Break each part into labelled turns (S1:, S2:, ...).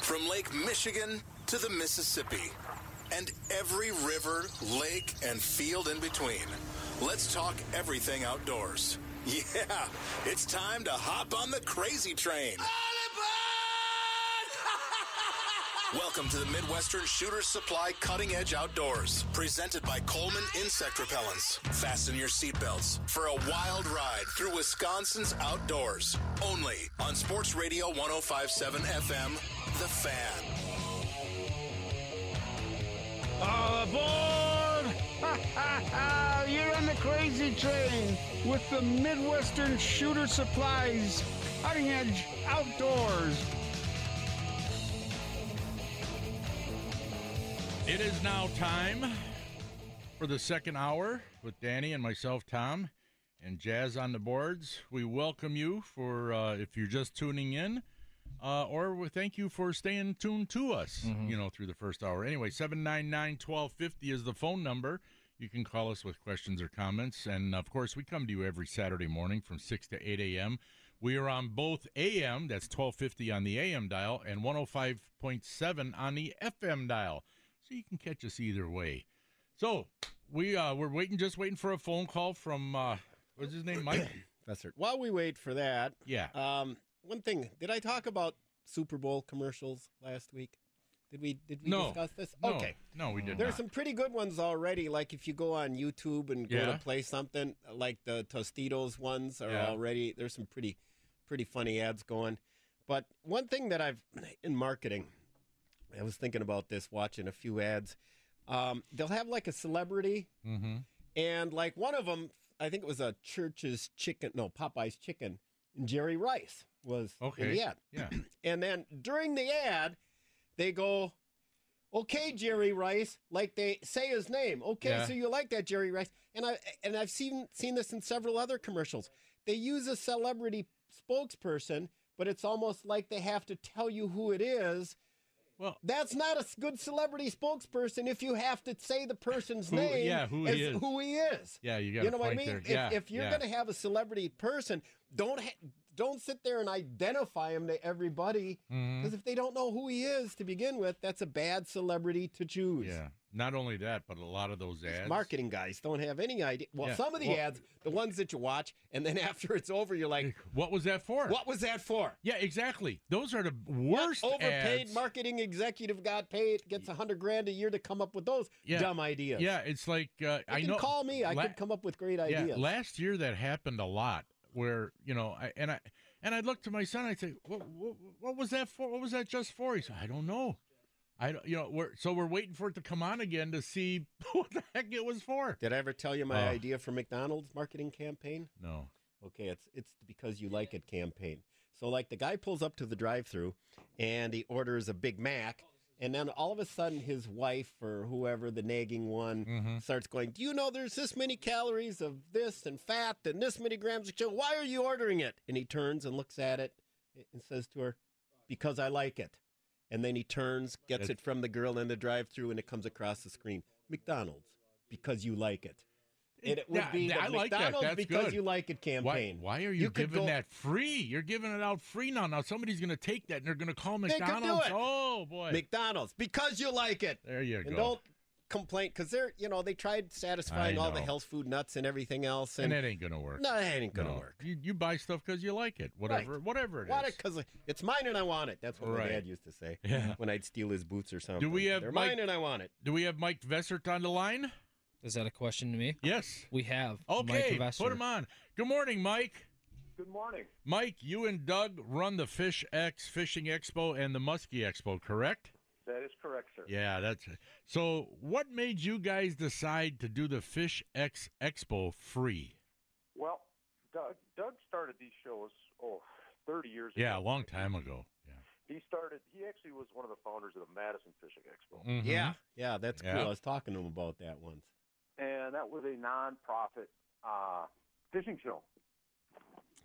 S1: From Lake Michigan to the Mississippi and every river, lake, and field in between. Let's talk everything outdoors. Yeah, it's time to hop on the crazy train. Welcome to the Midwestern Shooter Supply Cutting Edge Outdoors, presented by Coleman Insect Repellents. Fasten your seatbelts for a wild ride through Wisconsin's outdoors, only on Sports Radio 1057 FM, The Fan.
S2: All aboard! You're on the crazy train with the Midwestern Shooter Supplies Cutting Edge Outdoors.
S3: It is now time for the second hour with Danny and myself, Tom, and Jazz on the boards. We welcome you for uh, if you're just tuning in, uh, or we thank you for staying tuned to us. You know, through the first hour. Anyway, 799-1250 is the phone number. You can call us with questions or comments, and of course, we come to you every Saturday morning from six to eight a.m. We are on both AM, that's 1250 on the AM dial, and 105.7 on the FM dial so you can catch us either way. So we uh, we're waiting, just waiting for a phone call from uh, what's his name, Mike?
S4: Professor. While we wait for that,
S3: Yeah.
S4: um, one thing: did I talk about Super Bowl commercials last week? Did we did we
S3: No.
S4: discuss this?
S3: No,
S4: Okay.
S3: No, we did
S4: There's
S3: not.
S4: some pretty good ones already. Like if you go on YouTube and go
S3: Yeah.
S4: to play something, like the Tostitos ones are
S3: Yeah.
S4: already. There's some pretty, pretty funny ads going. But one thing that I've in marketing, I was thinking about this watching a few ads. Um, they'll have like a celebrity,
S3: mm-hmm.
S4: and like one of them, I think it was a Church's chicken, no Popeye's chicken. Jerry Rice was in
S3: Okay.
S4: the ad.
S3: Yeah.
S4: And then during the ad, they go, "Okay, Jerry Rice," like they say his name. Okay,
S3: Yeah.
S4: so you like that Jerry Rice? And I and I've seen seen this in several other commercials. They use a celebrity spokesperson, but it's almost like they have to tell you who it is.
S3: Well,
S4: That's not a s- good celebrity spokesperson if you have to say the person's
S3: Who-
S4: name.
S3: yeah, who
S4: as
S3: he is.
S4: Who he is
S3: yeah, you got.
S4: you
S3: a
S4: know what I
S3: point
S4: mean?
S3: There.
S4: If,
S3: yeah,
S4: if you're
S3: yeah.
S4: gonna have a celebrity person, don't ha- don't sit there and identify him to everybody
S3: Mhm.
S4: because if they don't know who he is to begin with, that's a bad celebrity to choose.
S3: yeah. Not only that, but a lot of those
S4: These
S3: ads.
S4: Marketing guys don't have any idea. Well,
S3: Yeah.
S4: some of the
S3: Well-
S4: ads, the ones that you watch, and then after it's over, you're like,
S3: What was that for?
S4: "What was that for?"
S3: Yeah, exactly. Those are the
S4: What
S3: worst
S4: overpaid
S3: ads.
S4: marketing executive got paid gets a hundred grand a year to come up with those
S3: Yeah.
S4: dumb ideas.
S3: Yeah, it's like uh,
S4: you
S3: I
S4: can
S3: know.
S4: call me. I
S3: la-
S4: could come up with great
S3: yeah,
S4: ideas.
S3: last year that happened a lot. Where you know, I, and I and I looked to my son. I would say, what, what, "What was that for? What was that just for?" He said, "I don't know." I don't, you know, we're so we're waiting for it to come on again to see what the heck it was for.
S4: Did I ever tell you my
S3: Oh.
S4: idea for McDonald's marketing campaign?
S3: No.
S4: Okay, it's it's the because you like it campaign. So like the guy pulls up to the drive-through and he orders a Big Mac
S3: Oh,
S4: and then all of a sudden his wife or whoever the nagging one
S3: Mhm.
S4: starts going, "Do you know there's this many calories of this and fat and this many grams of sugar? Why are you ordering it?" And he turns and looks at it and says to her, "Because I like it." And then he turns, gets
S3: That's-
S4: it from the girl in the drive-through and it comes across the screen. McDonald's, because you like it. And it would
S3: Yeah,
S4: be the
S3: I like that.
S4: McDonald's
S3: That's
S4: because
S3: good.
S4: you like it
S3: Why,
S4: campaign.
S3: why are you,
S4: could
S3: giving
S4: go-
S3: that free? You're giving it out free now. Now somebody's going to take that and they're going to call
S4: They could do
S3: McDonald's.
S4: it.
S3: Oh boy,
S4: McDonald's because you like it.
S3: there you
S4: and
S3: go.
S4: don't complain because they're you know they tried satisfying
S3: I
S4: all the
S3: know.
S4: health food nuts and everything else
S3: and
S4: and,
S3: it ain't going to work.
S4: no, it ain't gonna
S3: No.
S4: work.
S3: You, you buy stuff because you like it, whatever, whatever it
S4: Want
S3: is.
S4: it because it's mine and I want it. That's what
S3: Right.
S4: my dad used to say
S3: Yeah.
S4: when I'd steal his boots or something.
S3: we have
S4: They're
S3: Mike-
S4: mine and I want it.
S3: Do we have Mike Vessert on the line?
S5: Is that a question to me?
S3: Yes.
S5: We have.
S3: Okay,
S5: Mike Vester.
S3: put him on. Good morning, Mike.
S6: Good morning.
S3: Mike, you and Doug run the Fish X Fishing Expo and the Muskie Expo, correct?
S6: That is correct, sir.
S3: Yeah, that's it. So, what made you guys decide to do the Fish X Expo free?
S6: Well, Doug, Doug started these shows oh, 30 years
S3: Yeah, a
S6: ago.
S3: long time ago. Yeah.
S6: He started. He actually was one of the founders of the Madison Fishing Expo,
S3: Mm.
S4: Yeah, yeah, that's
S3: Mm-hmm. Yeah.
S4: cool. I was talking to him about that once.
S6: and that was a nonprofit uh, fishing show.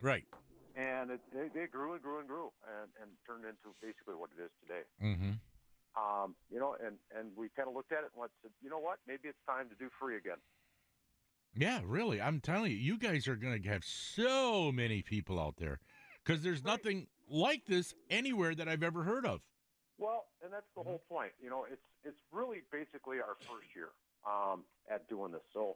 S3: Right.
S6: And it, they, they grew and grew and grew, and, and turned into basically what it is today.
S3: Mm-hmm.
S6: Um, you know, and and we kind of looked at it and went, you know what? Maybe it's time to do free again.
S3: Yeah, really. I'm telling you, you guys are going to have so many people out there because there's nothing like this anywhere that I've ever heard of.
S6: Well, and that's the whole
S3: Mm-hmm.
S6: point. You know, it's it's really basically our first year um, at doing this, so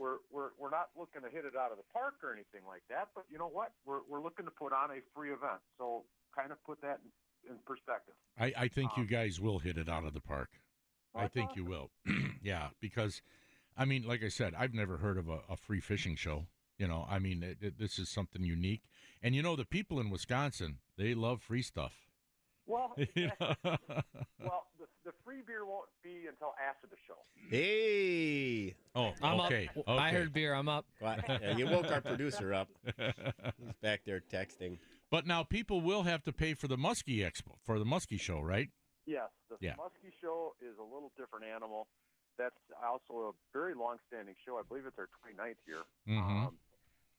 S6: we're we're we're not looking to hit it out of the park or anything like that. But you know what? We're we're looking to put on a free event, so kind of put that in, in perspective.
S3: I, I think you
S6: Um,
S3: guys will hit it out of the park. I
S6: Well,
S3: think you will. yeah, because, I mean, like I said, I've never heard of a, a free fishing show. You know, I mean, it, it, this is something unique. And, you know, the people in Wisconsin, they love free stuff.
S6: Well,
S3: You know?
S6: well, the, the free beer won't be until after the show.
S4: Hey,
S3: oh,
S5: I'm
S3: okay.
S5: up.
S3: okay.
S5: I heard beer. I'm up.
S4: Quiet. Yeah, you woke our producer up. He's back there texting.
S3: But now people will have to pay for the Muskie Expo, for the Muskie Show, right?
S6: Yes, the
S3: Yeah.
S6: Muskie Show is a little different animal. That's also a very long-standing show. I believe it's our 29th year.
S3: Mhm.
S6: Um,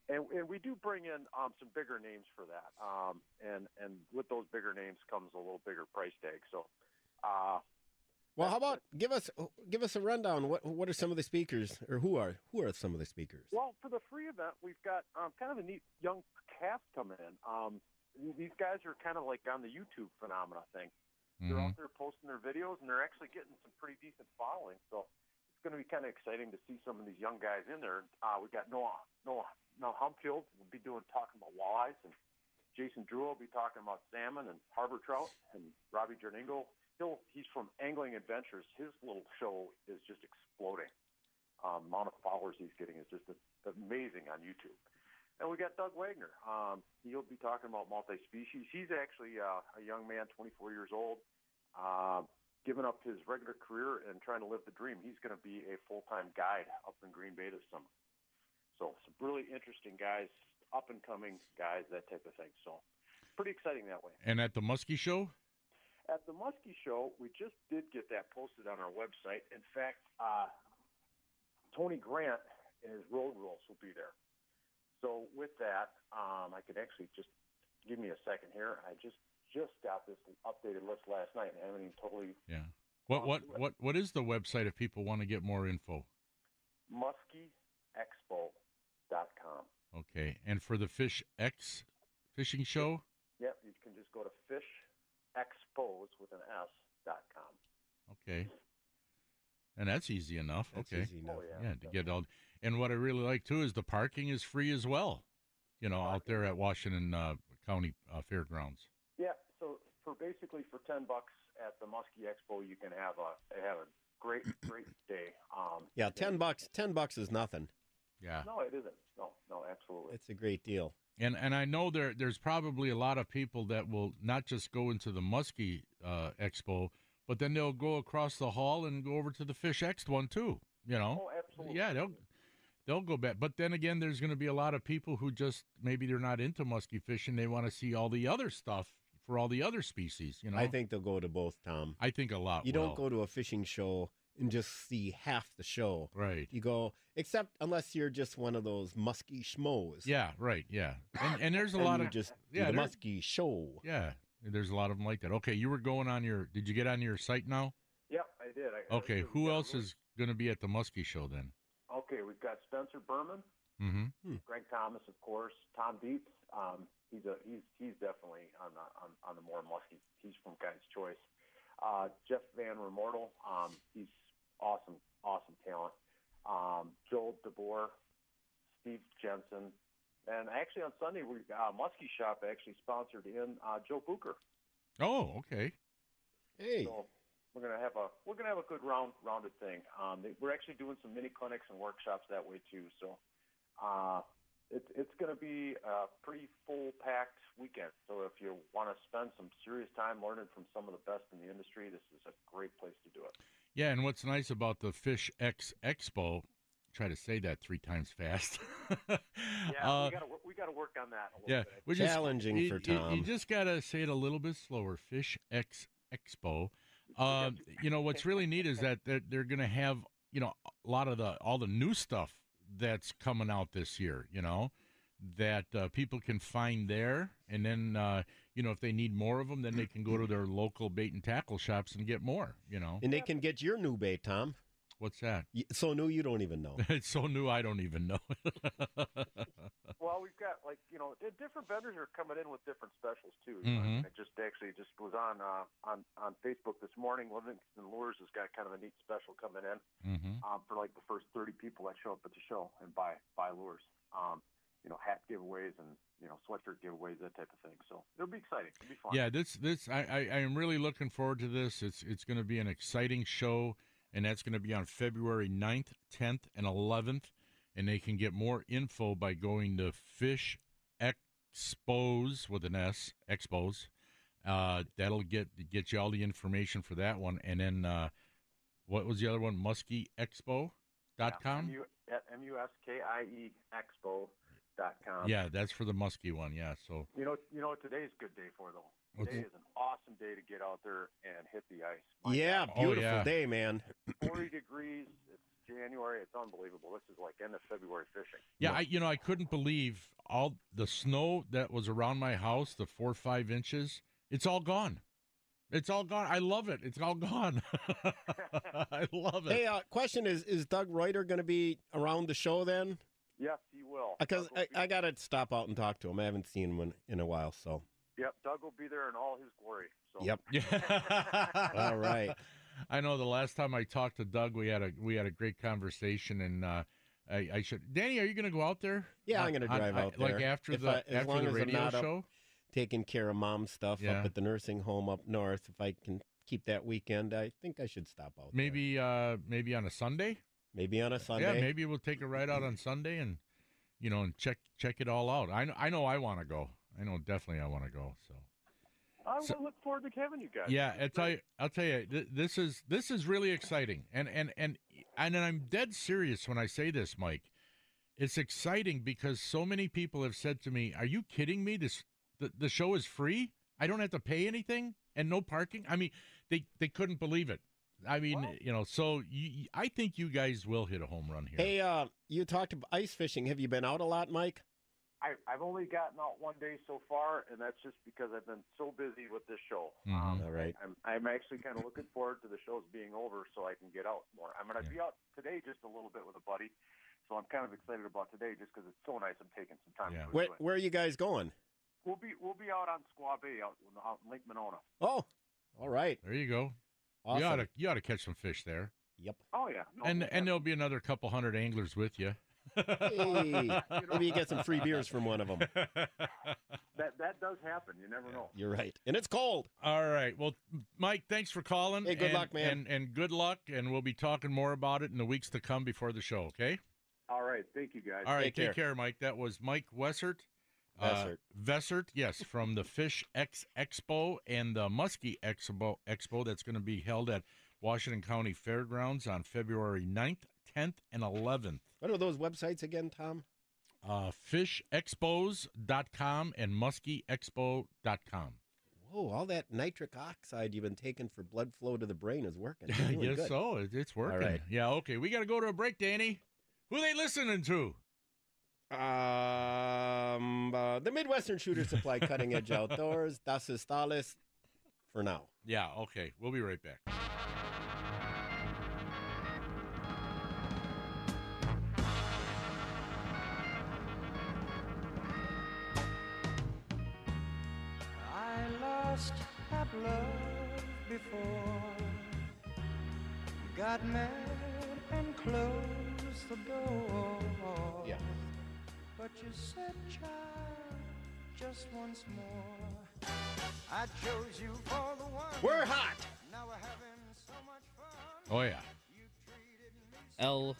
S6: and, and we do bring in um, some bigger names for that. Um, and, and with those bigger names comes a little bigger price tag. So, uh,
S4: Well, how about give us give us a rundown? What what are some of the speakers, or who are who are some of the speakers?
S6: well, for the free event, we've got um, kind of a neat young cast coming in. Um, th- these guys are kind of like on the YouTube phenomena thing. They're
S3: Mhm.
S6: out there posting their videos, and they're actually getting some pretty decent following. So it's going to be kind of exciting to see some of these young guys in there. Uh, we got Noah Noah Noah Humpfield will be doing talking about walleyes, and Jason Drew will be talking about salmon and harbor trout, and Robbie Jerningo. He'll, he's from Angling Adventures. His little show is just exploding. Um, amount of followers he's getting is just amazing on YouTube. And we got Doug Wagner. Um, he'll be talking about multi-species. He's actually uh, a young man, 24 years old, uh, giving up his regular career and trying to live the dream. He's going to be a full-time guide up in Green Bay this summer. So some really interesting guys, up and coming guys, that type of thing. So pretty exciting that way.
S3: And at the Muskie Show?
S6: At the Muskie Show, we just did get that posted on our website. In fact, uh, Tony Grant and his Road Rules will be there. So with that, um, I could actually just give me a second here. I just just got this updated list last night, and I haven't even totally
S3: Yeah. What what
S6: Um, what-
S3: what what is the website if people want to get more info?
S6: muskieexpo.com.
S3: Okay. And for the Fish X fishing show?
S6: Yep, you can just go to fishexpos with an S dot com.
S3: Okay. And that's easy enough.
S4: That's
S3: okay.
S4: easy enough.
S6: Oh, yeah.
S3: Yeah, to get all and what I really like too is the parking is free as well. You
S4: Oh,
S3: know, out there at Washington uh, County uh, Fairgrounds.
S6: Yeah, so for basically for ten bucks at the Muskie Expo, you can have a have a great great day. Um,
S4: Yeah, ten bucks. Ten bucks is nothing.
S3: Yeah.
S6: No, it isn't. No, no, absolutely.
S4: It's a great deal.
S3: And and I know there there's probably a lot of people that will not just go into the Muskie uh, Expo, but then they'll go across the hall and go over to the Fish X one too. You know.
S6: Oh, absolutely.
S3: Yeah, they'll they'll go back. But then again, there's going to be a lot of people who just maybe they're not into muskie fishing. They want to see all the other stuff for all the other species. You know,
S4: I think they'll go to both, Tom.
S3: I think a lot.
S4: You
S3: will.
S4: don't go to a fishing show and just see half the show.
S3: right.
S4: You go, except unless you're just one of those musky schmoes.
S3: Yeah, right. Yeah, and, and there's a
S4: Then
S3: lot
S4: you
S3: of
S4: just do
S3: yeah,
S4: the
S3: there-
S4: musky show.
S3: yeah. There's a lot of them like that. Okay, you were going on your. Did you get on your site now?
S6: Yep, I did. I, I
S3: Okay,
S6: did.
S3: who
S6: Yeah,
S3: else
S6: really-
S3: is going to be at the muskie show then?
S6: Okay, we've got Spencer Berman,
S3: Mm-hmm.
S6: Greg Thomas, of course, Tom Dietz. Um, he's a he's he's definitely on the on, on the more musky. He's from Guy's Choice. Uh, Jeff Van Remortel. Um, he's awesome, awesome talent. Um, Joel DeBoer, Steve Jensen, and actually on Sunday we uh, Muskie Shop actually sponsored in uh, Joe Booker.
S3: Oh, okay.
S4: Hey,
S6: So we're gonna have a we're gonna have a good round rounded thing. Um, they, we're actually doing some mini clinics and workshops that way too. So uh, it's it's gonna be a pretty full packed weekend. So if you want to spend some serious time learning from some of the best in the industry, this is a great place to do it.
S3: Yeah, and what's nice about the Fish X Expo, try to say that three times fast.
S6: Yeah,
S3: Uh,
S6: we got to we got to work on that a little
S3: yeah,
S6: bit.
S3: we
S4: Challenging
S3: you-
S4: for
S3: you- You,
S4: Tom.
S3: just gotta say it a little bit slower. Fish X Expo. Um, you know what's really neat is that they're, they're gonna have you know a lot of the all the new stuff that's coming out this year. You know that uh, people can find there, and then uh, you know if they need more of them, then they can go to their local bait and tackle shops and get more. You know
S4: And they can get your new bait, Tom.
S3: what's that?
S4: Y- So new you don't even know.
S3: it's so new, I don't even know.
S6: Well, we've got like you know di- different vendors are coming in with different specials too.
S3: Mhm.
S6: I just actually just was on uh, on on Facebook this morning. Livingston Lures has got kind of a neat special coming in
S3: mm-hmm.
S6: um, for like the first 30 people that show up at the show and buy buy lures. Um, you know, hat giveaways and you know sweatshirt giveaways, that type of thing. So it'll be exciting. It'll be fun.
S3: Yeah, this this I, I I am really looking forward to this. It's it's going to be an exciting show, and that's going to be on February 9th, tenth, and eleventh. And they can get more info by going to Fish Expos with an S Expos. Uh, that'll get get you all the information for that one. And then uh, what was the other one? Muskie Expo dot com.
S6: M-U- at M-U-S-K-I-E E Expo dot
S7: uh,
S6: com.
S3: Yeah, that's for the muskie one. Yeah, so
S6: You know, you know what today's a good day for though.
S3: What's-
S6: Today is an awesome day to get out there and hit the ice. My
S4: Yeah,
S3: Oh,
S4: beautiful
S3: yeah.
S4: day, man.
S6: 40 degrees. It's January. It's unbelievable. This is like end of February fishing.
S3: Yeah, I, you know, I couldn't believe all the snow that was around my house, the four or five inches. It's all gone. It's all gone. I love it. It's all gone. I love it.
S4: Hey, uh, question is is Doug Reuter going to be around the show then?
S6: Yes, he will.
S4: Because
S6: Doug will
S4: I,
S6: be-
S4: I got to stop out and talk to him. I haven't seen him in, in a while, so.
S6: Yep, Doug will be there in all his glory. So.
S4: Yep.
S3: Yeah.
S4: All right.
S3: I know the last time I talked to Doug, we had a we had a great conversation, and uh, I, I should. Danny, are you going to go out there?
S4: Yeah, I'm
S3: On-
S4: gonna
S3: on-
S4: drive
S3: I-
S4: out
S3: Like
S4: there.
S3: after
S4: If
S3: the
S4: I- as
S3: after
S4: long
S3: the
S4: as I'm
S3: radio
S4: not up-
S3: show.
S4: Taking care of mom's stuff
S3: Yeah.
S4: up at the nursing home up north. If I can keep that weekend, I think I should stop out. there.
S3: Maybe uh, maybe on a Sunday.
S4: Maybe on a Sunday.
S3: Yeah, maybe we'll take a ride out on Sunday and you know and check check it all out. I know I know I want to go. I know definitely I want to go. So
S6: I
S3: So-
S6: will look forward to having you guys.
S3: yeah, I tell you, I'll tell you, th- this is this is really exciting, and and and and I'm dead serious when I say this, Mike. It's exciting because so many people have said to me, "Are you kidding me? This the, the show is free. I don't have to pay anything and no parking." I mean, they they couldn't believe it. I mean,
S6: Well-
S3: you know, so you, I think you guys will hit a home run here.
S4: Hey, uh, you talked about ice fishing. Have you been out a lot, Mike?
S6: I, I've only gotten out one day so far, and that's just because I've been so busy with this show. Um,
S3: Mhm.
S4: All right.
S6: I'm, I'm actually kind of looking forward to the shows being over so I can get out more. I'm going to
S3: Yeah.
S6: be out today just a little bit with a buddy, so I'm kind of excited about today just because it's so nice. I'm taking some time.
S3: Yeah.
S6: To
S4: Where,
S6: enjoy it.
S4: where are you guys going?
S6: We'll be we'll be out on Squaw Bay out, in- out in Lake Monona.
S4: Oh, all right.
S3: There you go.
S4: Awesome.
S3: You ought to you ought to catch some fish there,
S4: Yep.
S6: Oh yeah, No,
S3: and
S6: we'll
S3: and
S6: have-
S3: there'll be another couple hundred anglers with you.
S4: Hey, maybe you get some free beers from one of them.
S6: that that does happen. You never know.
S4: You're right. And it's cold.
S3: All right. Well, Mike, thanks for calling.
S4: Hey, good
S3: and,
S4: luck, man.
S3: And, and good luck. And we'll be talking more about it in the weeks to come before the show. Okay.
S6: All right, thank you guys.
S3: All right.
S4: Take
S3: Take, care. Mike. That was Mike Wessert. uh,
S4: Vessert.
S3: Vessert, yes, from the Fish X Expo and the Muskie Expo. Expo that's going to be held at Washington County Fairgrounds on February 9th, 10th, and 11th.
S4: What are those websites again, Tom?
S3: uh, fishexpos.com and muskieexpo.com.
S4: Whoa, all that nitric oxide you've been taking for blood flow to the brain is working. You're
S3: I
S4: doing
S3: guess
S4: good.
S3: so. It, it's working.
S4: right.
S3: Yeah, okay. We got to go to a break, Danny. Who they listening to?
S4: Um, uh, the Midwestern Shooter Supply Cutting Edge Outdoors. Das ist alles for now.
S3: Yeah, okay. We'll be right back.
S5: I lost that love before. Got mad and closed the door.
S4: Yeah.
S5: But you said, child, just once more. I chose you for the one.
S4: We're hot.
S5: Now we're having so much fun.
S3: Oh, yeah.
S5: You treated me so
S8: El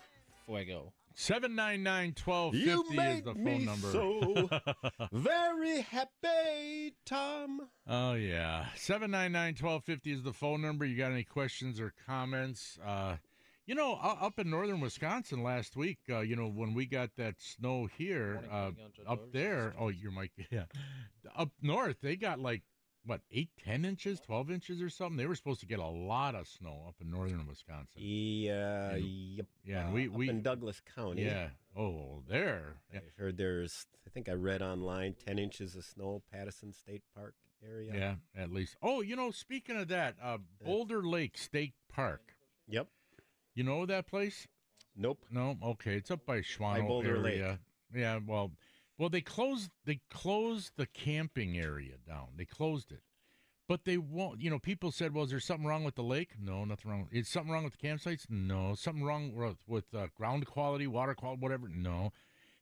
S8: Fuego.
S3: 799
S4: You
S3: 1250
S4: made
S3: is the
S4: me
S3: phone number.
S4: so very happy, Tom.
S3: Oh, yeah. 799 1250 is the phone number. You got any questions or comments? Uh, You know, u- up in northern Wisconsin last week, uh, you know, when we got that snow here,
S8: Morning,
S3: uh,
S8: King Hunter
S3: up
S8: Doors.
S3: there, oh, your mic, yeah, up north, they got like, what, 8, 10 inches, 12 inches or something? They were supposed to get a lot of snow up in northern Wisconsin.
S4: Yeah,
S3: And-
S4: yep.
S3: Yeah, and we,
S4: up
S3: we
S4: in Douglas County.
S3: yeah, oh, there.
S4: I heard there's. I think I read online ten inches of snow, Patterson State Park area.
S3: Yeah, at least. Oh, you know, speaking of that, uh, Boulder Lake State Park.
S4: Yep.
S3: You know that place?
S4: Nope.
S3: No. Okay, it's up by Schwano
S4: Boulder Lake.
S3: area. Yeah. Well, well, they closed they closed the camping area down. They closed it, but they won't. You know, people said, "Well, is there something wrong with the lake?" No, nothing wrong. Is something wrong with the campsites? No. Something wrong with with uh, ground quality, water quality, whatever? No.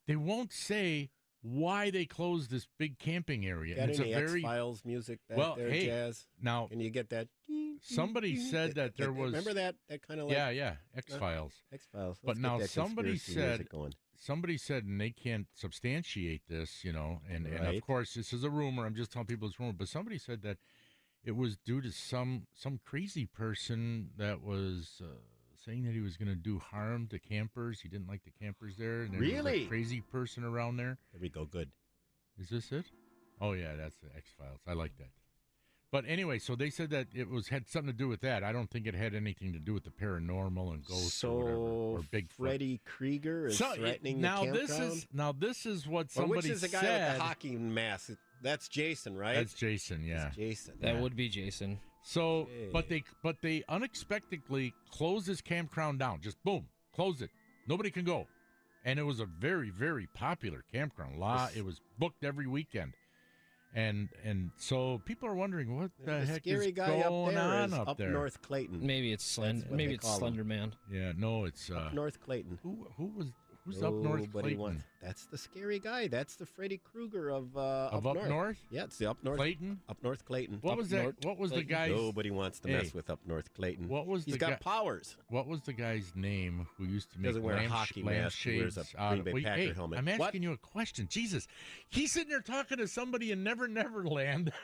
S3: They won't say why they closed this big camping area.
S4: Got
S3: And it's
S4: any
S3: a
S4: X
S3: very
S4: Files music back
S3: well,
S4: there,
S3: hey,
S4: Jazz?
S3: now
S4: Can you get that?
S3: Oh. Somebody said that there was-
S4: Remember that that kind of like
S3: yeah, yeah, X
S4: Huh?
S3: Files.
S4: X Files.
S3: But now somebody said-
S4: going.
S3: Somebody said, and they can't substantiate this, you know, and, and
S4: Right.
S3: of course this is a rumor. I'm just telling people it's rumor, but somebody said that it was due to some some crazy person that was uh, saying that he was going to do harm to campers. He didn't like the campers there. And there was a
S4: Really?
S3: crazy person around there.
S4: There we go. Good.
S3: Is this it? Oh yeah, that's the X Files. I like that. But anyway, so they said that it was had something to do with that. I don't think it had anything to do with the paranormal and ghosts
S4: so
S3: or whatever or Bigfoot.
S4: Freddy Krieger is
S3: So, y-
S4: threatening
S3: now
S4: the campground.
S3: this is now this is what
S4: Or
S3: somebody
S4: which is the guy
S3: said.
S4: with the hockey mask? That's Jason, right?
S3: That's Jason, yeah.
S4: That's Jason.
S8: That
S3: Yeah.
S8: would be Jason.
S3: So, but
S4: Jay.
S3: they but they unexpectedly closed this campground down. Just boom, closed it. Nobody can go. And it was a very very popular campground. La,
S4: This-
S3: it was booked every weekend. And and so people are wondering what the,
S4: the
S3: heck
S4: scary
S3: is
S4: guy up
S3: going
S4: there is
S3: on up, there.
S4: North Clayton.
S8: Maybe it's Slend-
S4: That's what
S8: Maybe
S4: they
S8: it's
S4: call him.
S8: Slender Man.
S3: Yeah, no, it's uh,
S4: Up North Clayton.
S3: who who was who's up north
S4: Nobody
S3: Clayton
S4: wants- That's the scary guy. That's the Freddy Krueger of uh,
S3: of up north,
S4: Yeah, it's the up north.
S3: Clayton.
S4: Up North Clayton.
S3: What
S8: Up
S3: was that?
S8: north
S3: What was the
S8: Clayton?
S3: guy's
S4: Nobody wants to mess
S3: Hey.
S4: with up North Clayton.
S3: What was
S4: He's
S3: the
S4: got
S3: guy-
S4: powers.
S3: What was the guy's name who used to make
S4: Doesn't wear a
S3: lamp-
S4: hockey mask, he wears a
S3: lampshades out
S4: Green
S3: of-
S4: Bay
S3: Wait,
S4: Packer
S3: hey,
S4: helmet.
S3: I'm asking
S4: What?
S3: you a question. Jesus, he's sitting there talking to somebody in Never Never Land.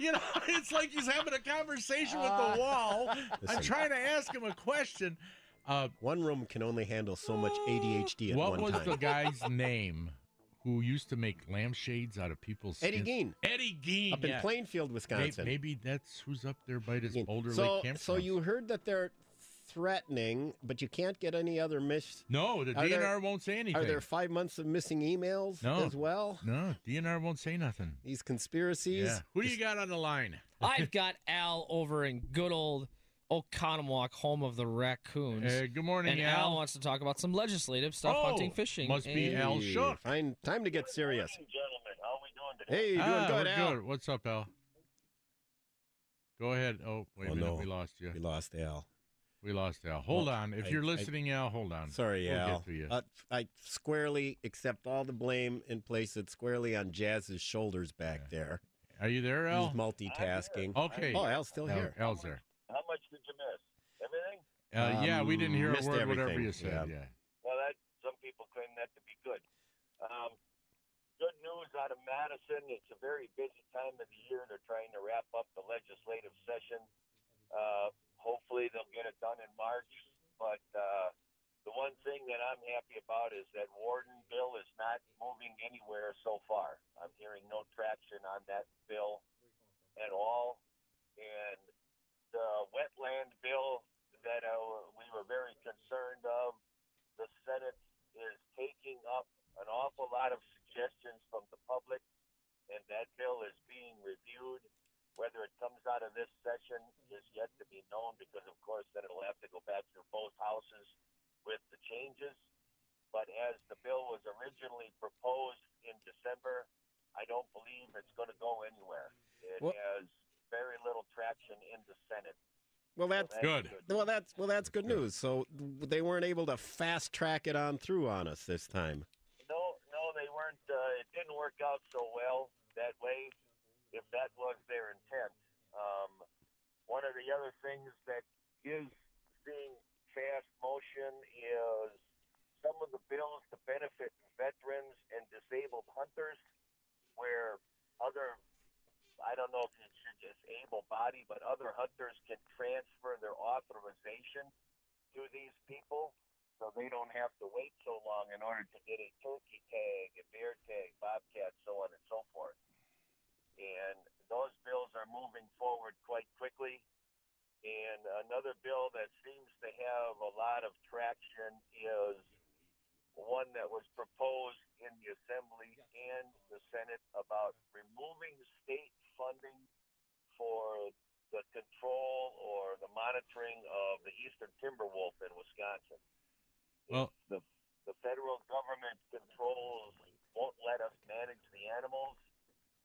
S3: you know, it's like he's having a conversation with the wall. I'm
S4: Ah. Listen.
S3: trying to ask him a question. Uh,
S4: One room can only handle so much ADHD at
S3: what
S4: one
S3: was
S4: time.
S3: the guy's name who used to make lampshades out of people's
S4: Eddie
S3: skins?
S4: Gein
S3: Eddie Gein.
S4: up
S3: yeah.
S4: in Plainfield,
S3: May-
S4: Wisconsin.
S3: Maybe that's who's up there by this
S4: Again,
S3: Boulder
S4: so,
S3: Lake campground.
S4: So you heard that they're threatening, but you can't get any other miss.
S3: no, the
S4: Are
S3: DNR
S4: there-
S3: won't say anything.
S4: Are there five months of missing emails
S3: No.
S4: as well?
S3: No, DNR won't say nothing.
S4: These conspiracies.
S3: Yeah. Who do you got on the line?
S8: I've got Al over in good old Oconomowoc, home of the raccoons.
S3: Uh, good morning,
S8: and Al. wants to talk about some legislative stuff,
S3: Oh,
S8: hunting, fishing.
S3: must be
S8: and-
S3: Al Shook.
S4: Fine, time to get serious.
S7: gentlemen. How are we doing today?
S4: Hey, you doing
S3: Ah,
S4: good,
S3: we're
S4: Al?
S3: good. What's up, Al? Go ahead. Oh, wait
S4: Oh,
S3: a minute.
S4: no.
S3: We lost you.
S4: We lost Al.
S3: We lost Al. Hold
S4: Well,
S3: on. If
S4: I-
S3: you're
S4: I-
S3: listening, Al, hold on.
S4: Sorry,
S3: We'll get
S4: Al.
S3: to you.
S4: Uh, I squarely accept all the blame and place it squarely on Jazz's shoulders back there.
S3: Are you there, Al?
S4: He's multitasking.
S3: Okay.
S4: Oh, Al's still
S3: Al-
S4: here.
S3: Al's there.
S7: How much did you miss? Everything?
S3: Uh, yeah, we didn't hear
S4: Um,
S3: a
S4: missed
S3: word, whatever
S4: everything.
S3: you said. Yeah.
S7: Well, that some people claim that to be good. Um, good news out of Madison. It's a very busy time of the year. They're trying to wrap up the legislative session. Uh, hopefully, they'll get it done in March. But uh, the one thing that I'm happy about is that Warden bill is not moving anywhere so far. I'm hearing no traction on that bill at all, and the wetland bill that uh, we were very concerned of the Senate is taking up an awful lot of suggestions from the public, and that bill is being reviewed. Whether it comes out of this session is yet to be known because, of course, then it'll have to go back through both houses with the changes. But as the bill was originally proposed in December, I don't believe it's going to go anywhere. It
S4: Well-
S7: has very little traction in the Senate.
S4: Well, that's
S7: That's
S3: Good.
S4: well, that's well, that's good news. So they weren't able to fast track it on through on us this time.
S7: No, no, they weren't. Uh, it didn't work out so well that way. If that was their intent, um, one of the other things that is seeing fast motion is some of the bills to benefit veterans and disabled hunters, where other, I don't know if you should just able body, but other hunters can transfer their authorization to these people so they don't have to wait so long in order to get a turkey tag, a bear tag, bobcat, so on and so forth. And those bills are moving forward quite quickly. And another bill that seems to have a lot of traction is one that was proposed in the Assembly and the Senate about removing state funding for the control or the monitoring of the eastern timber wolf in Wisconsin.
S3: Well-
S7: the, the federal government controls won't let us manage the animals.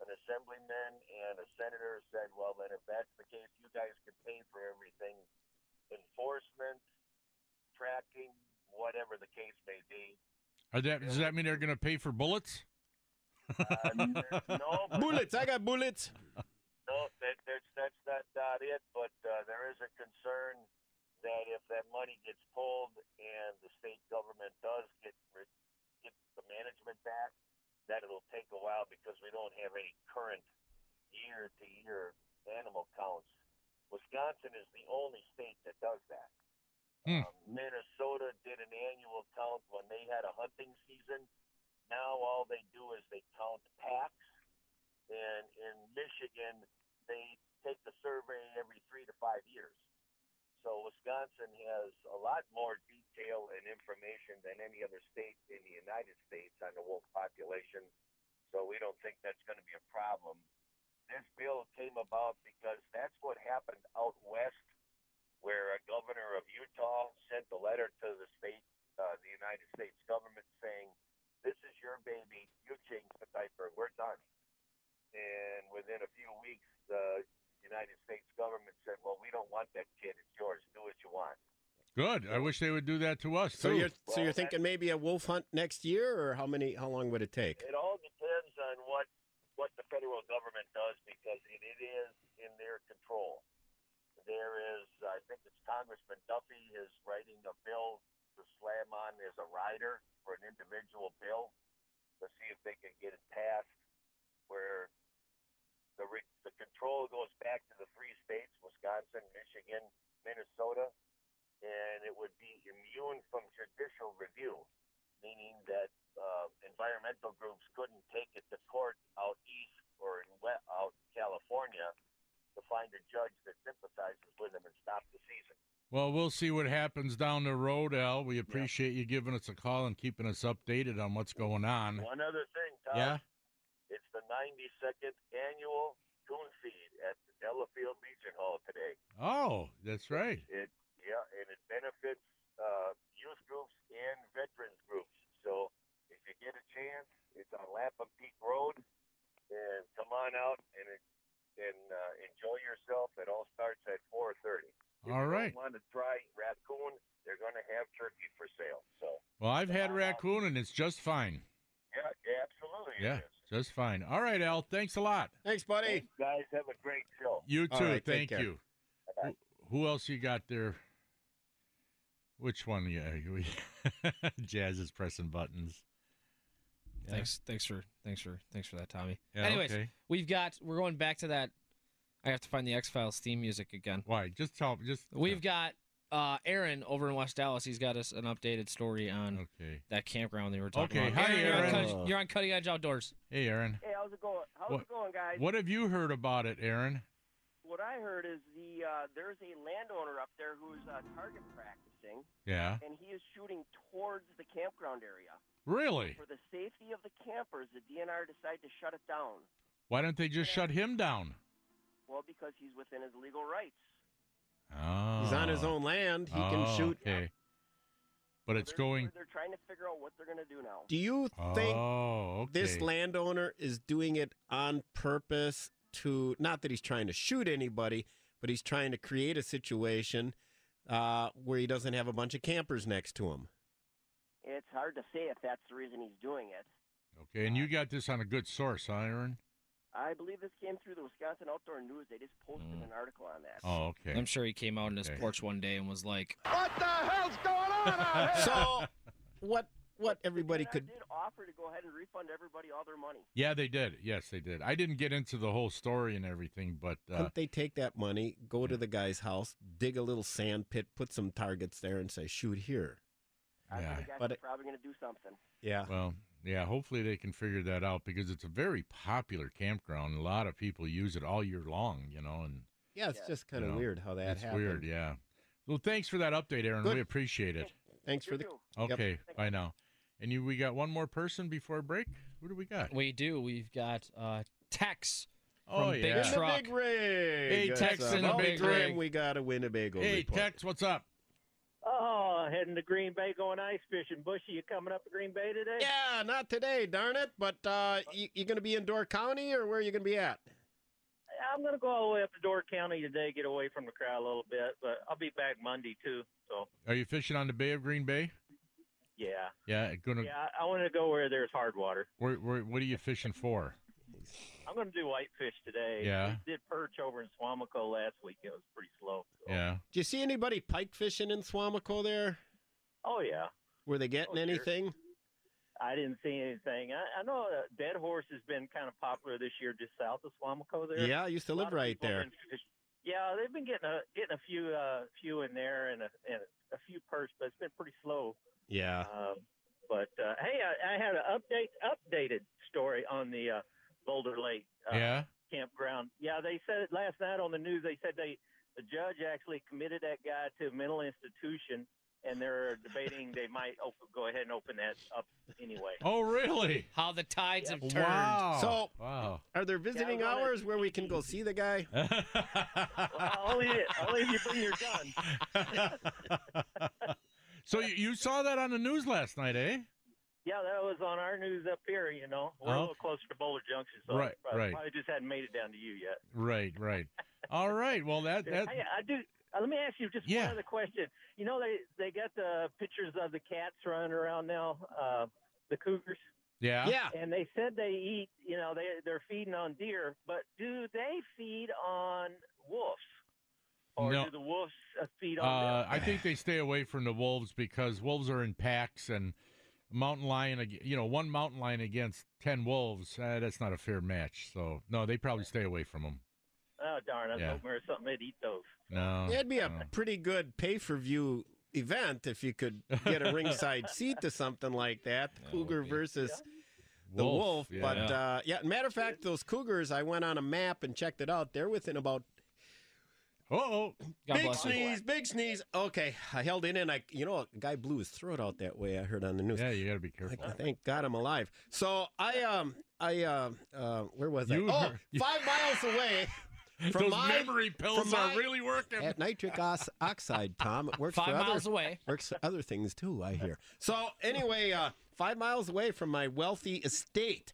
S7: An assemblyman and a senator said, "Well, then, if that's the case, you guys can pay for everything, enforcement, tracking, whatever the case may be."
S3: Are that, does that mean they're going to pay for bullets?
S7: Uh, no, but
S4: bullets. I got bullets.
S7: No, that, that's that's not, not it. But uh, there is a concern that if that money gets pulled and the state government does get re- get the management back, that it'll take a while because we don't have any current year to year animal counts. Wisconsin is the only state that does that.
S3: Hmm.
S7: Um, Minnesota did an annual count when they had a hunting season. Now all they do is they count packs. And in Michigan, they take the survey every three to five years. So Wisconsin has a lot more detail and information than any other state in the United States on the wolf population. So we don't think that's going to be a problem. This bill came about because that's what happened out west, where a governor of Utah sent a letter to the state, uh, the United States government, saying, "This is your baby. You change the diaper. We're done." And within a few weeks, the United States government said, "Well, we don't want that kid. It's yours. Do what you want."
S3: Good. I wish they would do that to us,
S4: So
S3: too.
S4: you're so
S7: Well,
S4: you're
S7: that-
S4: thinking maybe a wolf hunt next year, or how many? How long would it take?
S7: It all depends on what what the federal government does because it, it is in their control. There is, I think it's Congressman Duffy is writing a bill to slam on as a rider for an individual bill to see if they can get it passed, where the re- the control goes back to the three states: Wisconsin, Michigan, Minnesota, and it would be immune from judicial review meaning that uh, environmental groups couldn't take it to court out east or in we- out California to find a judge that sympathizes with them and stop the season.
S3: Well, we'll see what happens down the road, Al. We appreciate you giving us a call and keeping us updated on what's going on.
S7: One other thing, Tom.
S3: Um, Yeah.
S7: It's the 92nd annual coon feed at the Delafield Legion Hall today.
S3: Oh, that's right.
S7: It yeah, and it benefits uh, youth groups and veterans groups. So if you get a chance, it's on Lapham Peak Road, and come on out and and uh, enjoy yourself. It all starts at 4:30. If
S3: All
S7: you
S3: right.
S7: Want to try raccoon? They're going to have turkey for sale. So
S3: Well, I've had
S7: Wow.
S3: raccoon and it's just fine.
S7: yeah, yeah absolutely. it
S3: Yeah,
S7: is.
S3: just fine. All right, Al. Thanks a lot.
S4: Thanks, buddy.
S7: Thanks, guys. Have a great show.
S3: You
S4: All
S3: too.
S4: right, take
S3: Thank
S4: care.
S3: you. Who, who else you got there? Which one? Yeah, we, Jazz is pressing buttons. Yeah.
S8: Thanks, thanks for, thanks for, thanks for that, Tommy.
S3: Yeah,
S8: Anyways,
S3: okay.
S8: we've got. We're going back to that. I have to find the X Files theme music again.
S3: Why? Just tell. Just
S8: We've got uh, Aaron over in West Dallas. He's got us an updated story on
S3: Okay.
S8: that campground they were talking
S3: Okay,
S8: about.
S3: hi,
S8: You're, on
S3: Aaron.
S8: cutting, you're on Cutting Edge Outdoors.
S3: Hey, Aaron.
S9: Hey, how's it going? How's
S3: What-
S9: it going, guys?
S3: What have you heard about it, Aaron?
S9: What I heard is the uh, there's a landowner up there who's uh, target practicing,
S3: Yeah.
S9: and he is shooting towards the campground area.
S3: Really?
S9: For the safety of the campers, the DNR decided to shut it down.
S3: Why don't they just shut him down?
S9: Well, because he's within his legal rights.
S3: Oh.
S4: He's on his own land. He can
S3: Oh,
S4: shoot.
S3: Okay. But
S9: So
S3: it's
S9: they're-
S3: going.
S9: They're trying to figure out what they're going to do now.
S4: Do you think
S3: Oh, okay.
S4: this landowner is doing it on purpose to not that he's trying to shoot anybody, but he's trying to create a situation uh, where he doesn't have a bunch of campers next to him?
S9: It's hard to say if that's the reason he's doing it.
S3: Okay, and you got this on a good source, huh, Aaron?
S9: I believe this came through the Wisconsin Outdoor News. They just posted
S8: Mm.
S9: an article on that.
S3: Oh, okay.
S8: I'm sure he came out on his
S3: Okay.
S8: porch one day and was like,
S2: What the hell's going on out here?
S4: So what what everybody could.
S9: did offer to go ahead and refund everybody all their money.
S3: Yeah, they did. Yes, they did. I didn't get into the whole story and everything, but uh,
S4: Couldn't they take that money, go to the guy's house, dig a little sand pit, put some targets there, and say, shoot here?
S3: yeah.
S9: The guys
S4: But
S9: are
S4: it-
S9: probably going to do something.
S4: Yeah.
S3: Well, yeah, hopefully they can figure that out because it's a very popular campground. A lot of people use it all year long, you know, and
S4: Yeah, it's just kind of
S3: you know,
S4: weird how that
S3: it's
S4: happened.
S3: weird, yeah. Well, thanks for that update, Aaron.
S4: Good.
S3: We appreciate it.
S4: Thanks for the. Yep.
S3: Okay, bye now. And you, we got one more person before break. Who do we got?
S8: We do. We've got uh, Tex
S3: Oh,
S8: from
S3: yeah.
S8: Big
S3: In
S4: The
S8: Truck.
S4: big rig.
S3: Hey,
S4: It's
S3: Texan,
S4: about
S3: a big
S4: time
S3: rig.
S4: We got a Winnebago
S3: hey,
S4: report.
S3: Tex, what's up?
S10: Oh, heading to Green Bay going ice fishing. Bushy, you coming up to Green Bay today?
S4: Yeah, not today, darn it. But uh, you, you going to be in Door County or where are you going to be at?
S10: I'm going to go all the way up to Door County today, get away from the crowd a little bit, but I'll be back Monday too. So,
S3: Are you fishing on the Bay of Green Bay?
S10: yeah.
S3: Yeah,
S4: Mm.
S3: gonna.
S10: Yeah, I, I want to go where there's hard water.
S3: Where, where, what are you fishing for?
S10: I'm going to do whitefish today.
S3: Yeah.
S10: We did perch over in Swamico last week. It was pretty slow.
S3: Yeah.
S4: Do you see anybody pike fishing in Swamico there?
S10: Oh, yeah.
S4: Were they getting
S10: Oh, sure.
S4: anything?
S10: I didn't see anything. I, I know uh, Dead Horse has been kind of popular this year just south of Swamico there.
S4: Yeah, I used
S10: A
S4: to
S10: lot
S4: live
S10: of
S4: right
S10: people have
S4: there.
S10: been fish- Yeah, they've been getting a getting a few uh few in there and a and a few perch, but it's been pretty slow.
S4: Yeah.
S10: Um, but uh, hey, I, I had an update updated story on the uh, Boulder Lake uh,
S3: Yeah.
S10: campground. Yeah, they said it last night on the news. They said they the judge actually committed that guy to a mental institution, and they're debating they might op- go ahead and open that up anyway.
S3: Oh, really?
S8: How the tides have turned.
S3: Wow.
S4: So-
S3: wow.
S4: Are there visiting
S10: Yeah, I wanna-
S4: hours where we can go see the guy?
S10: Well, only only if you bring your gun.
S3: so you, you saw that on the news last night, eh?
S10: Yeah, that was on our news up here. You know, we're a
S3: Oh.
S10: little closer to Boulder Junction, so
S3: Right,
S10: I probably,
S3: right.
S10: probably just hadn't made it down to you yet.
S3: Right, right. All right. Well, that that
S10: Hey, I do. Uh, let me ask you just
S3: Yeah.
S10: one other question. You know, they they got the pictures of the cats running around now, uh, the cougars,
S3: yeah.
S4: Yeah.
S10: and they said they eat. You know, they they're feeding on deer, but do they feed on wolves, or
S3: No.
S10: do the wolves uh, feed on
S3: Uh,
S10: them?
S3: I think they stay away from the wolves because wolves are in packs and mountain lion. ag- You know, one mountain lion against ten wolves. Uh, that's not a fair match. So no, they probably stay away from them.
S10: Oh darn! I was
S3: Yeah.
S10: hoping there was something they'd eat those.
S3: No.
S4: It'd be a
S3: no.
S4: pretty good pay per view event if you could get a ringside seat to something like that.
S8: That would
S4: Cougar
S8: be-
S4: versus the Oh, wolf. But uh, yeah, matter of fact, those cougars, I went on a map and checked it out. They're within about
S3: oh,
S8: God
S4: big
S8: bless you.
S4: sneeze, big sneeze. Okay, I held in and I, you know, a guy blew his throat out that way. I heard on the news.
S3: yeah, you got to be
S4: Like,
S3: careful.
S4: thank God I'm alive. So I um I um uh, where was I?
S3: You
S4: Oh,
S3: were- you-
S4: five miles away from
S3: Those
S4: my
S3: memory pills
S4: from
S3: are
S4: my-
S3: really working.
S4: at nitric os- oxide, Tom. It works
S8: Five
S4: for
S8: miles
S4: other
S8: away.
S4: works for other things too. I hear. So anyway, uh, five miles away from my wealthy estate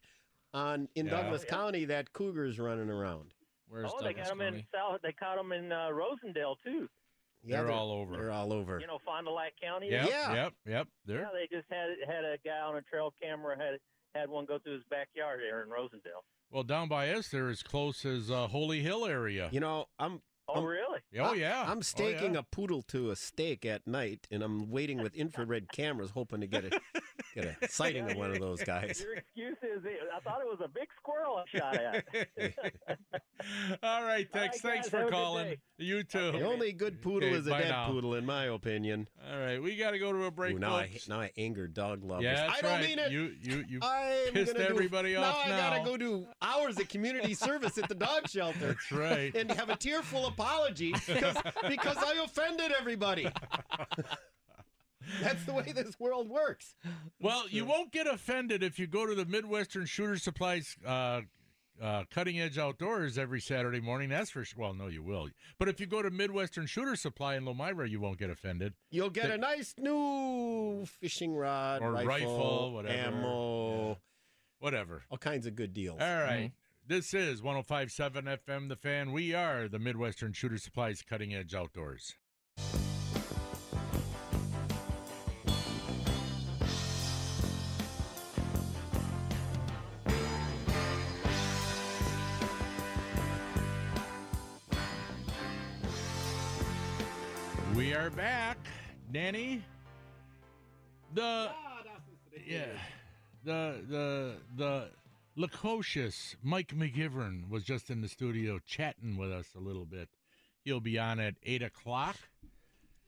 S4: on in
S3: Yeah.
S4: Douglas
S10: Yeah.
S4: County, that cougar's running around.
S8: Where's
S10: oh, they
S8: Douglas
S10: got them in
S8: County?
S10: South. They caught them in uh, Rosendale too.
S3: They're all over.
S4: They're all over.
S10: You know, Fond du Lac County.
S3: Yep,
S4: Yeah.
S3: yep, yep. There.
S10: Yeah, they just had had a guy on a trail camera had had one go through his backyard there in Rosendale.
S3: Well, down by us, they're as close as uh, Holy Hill area.
S4: you know, I'm
S10: Oh,
S4: Um,
S10: really?
S3: oh
S4: I-
S3: yeah,
S4: I'm staking
S3: oh,
S4: a poodle to a stake at night, and I'm waiting with infrared cameras, hoping to get a get a sighting of one of those guys.
S10: Your excuse is it- I thought it was a big squirrel I shot at.
S3: up. All right,
S10: All right, guys,
S3: Tex. thanks
S10: have a
S3: for
S10: good
S3: calling.
S10: day.
S3: You too.
S4: The only good poodle
S3: Okay,
S4: is a
S3: bye
S4: dead
S3: now.
S4: poodle, in my opinion.
S3: All right, we got to go to a break.
S4: Ooh, now I
S3: folks.
S4: now I anger dog lovers.
S3: yeah, that's
S4: I don't
S3: right.
S4: mean it.
S3: You you you
S4: I'm
S3: pissed
S4: gonna do-
S3: everybody
S4: now
S3: off
S4: I
S3: now.
S4: gotta go do hours of community service at the dog shelter
S3: That's right.
S4: and have a tearful apology because, because I offended everybody. That's the way this world works.
S3: Well, you won't get offended if you go to the Midwestern Shooter Supplies uh, uh, Cutting Edge Outdoors every Saturday morning. That's for sure. Well, no, you will. But if you go to Midwestern Shooter Supply in Lomira, you won't get offended.
S4: You'll get
S3: That-
S4: a nice new fishing rod,
S3: Or
S4: rifle,
S3: rifle, whatever.
S4: ammo,
S3: Yeah. Whatever.
S4: all kinds of good deals.
S3: All right. This is 1057 FM The Fan. We are the Midwestern Shooter Supplies Cutting Edge Outdoors. We are back. Nanny, the Yeah. The the the loquacious Mike McGivern was just in the studio chatting with us a little bit. He'll be on at eight o'clock.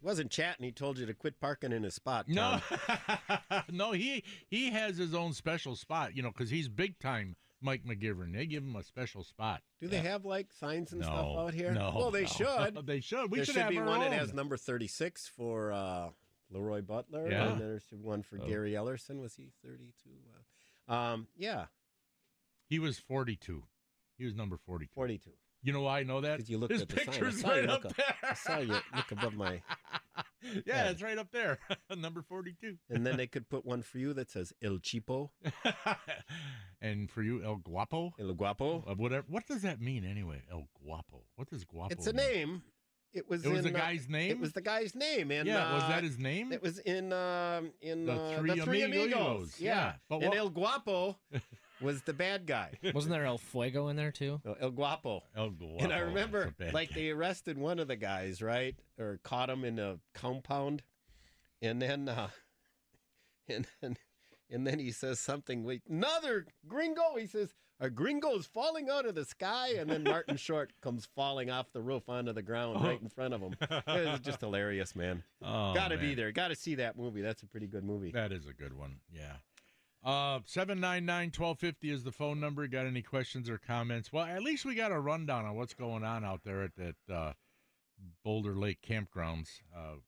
S4: Wasn't chatting. He told you to quit parking in his spot.
S3: No, no, he he has his own special spot, you know, because he's big time Mike McGivern. They give him a special spot.
S4: Do they have like signs and stuff
S3: No,
S4: out here?
S3: no,
S4: well, they
S3: no.
S4: should.
S3: They should. We
S4: there
S3: should
S4: should,
S3: have
S4: be
S3: our
S4: one
S3: own.
S4: that has number thirty-six for uh, Leroy Butler,
S3: Yeah.
S4: and there should one for
S3: Oh.
S4: Gary Ellerson. Was he thirty-two? Uh, um, yeah,
S3: He was forty two. He was number forty two.
S4: Forty two.
S3: You know why I know that?
S4: you looked
S3: his
S4: at the sign. I
S3: picture's
S4: saw you
S3: right
S4: look
S3: up
S4: up-
S3: there.
S4: I saw you look above my.
S3: yeah, it's right up there, number forty two.
S4: And then they could put one for you that says El Chipo.
S3: And for you, El Guapo.
S4: El Guapo.
S3: whatever. What does that mean anyway? El Guapo. What does Guapo?
S4: It's a
S3: mean?
S4: name. It was.
S3: It was
S4: in,
S3: the
S4: uh,
S3: guy's name?
S4: It was the guy's name. And
S3: Yeah, was
S4: uh,
S3: that his name?
S4: It was in um, in
S3: The
S4: uh,
S3: Three
S4: the Three
S3: Amigos,
S4: Amigos.
S3: yeah.
S4: Yeah,
S3: But
S4: and
S3: what-
S4: El Guapo was the bad guy.
S8: Wasn't there El Fuego in there too?
S4: No, El Guapo.
S3: El Guapo.
S4: and I
S3: that's a
S4: remember,
S3: bad
S4: like,
S3: guy.
S4: they arrested one of the guys, right, or caught him in a compound, and then, uh, and then, and then he says something. Wait, another gringo. He says a gringo's falling out of the sky, and then Martin Short comes falling off the roof onto the ground right in front of him. It was just hilarious, man.
S3: Oh,
S4: Got to
S3: man.
S4: be there. Got to see that movie. That's a pretty good movie.
S3: That is a good one. Yeah. Uh, 799-1250 is the phone number. Got any questions or comments? Well, at least we got a rundown on what's going on out there at that uh, Boulder Lake campgrounds. Uh,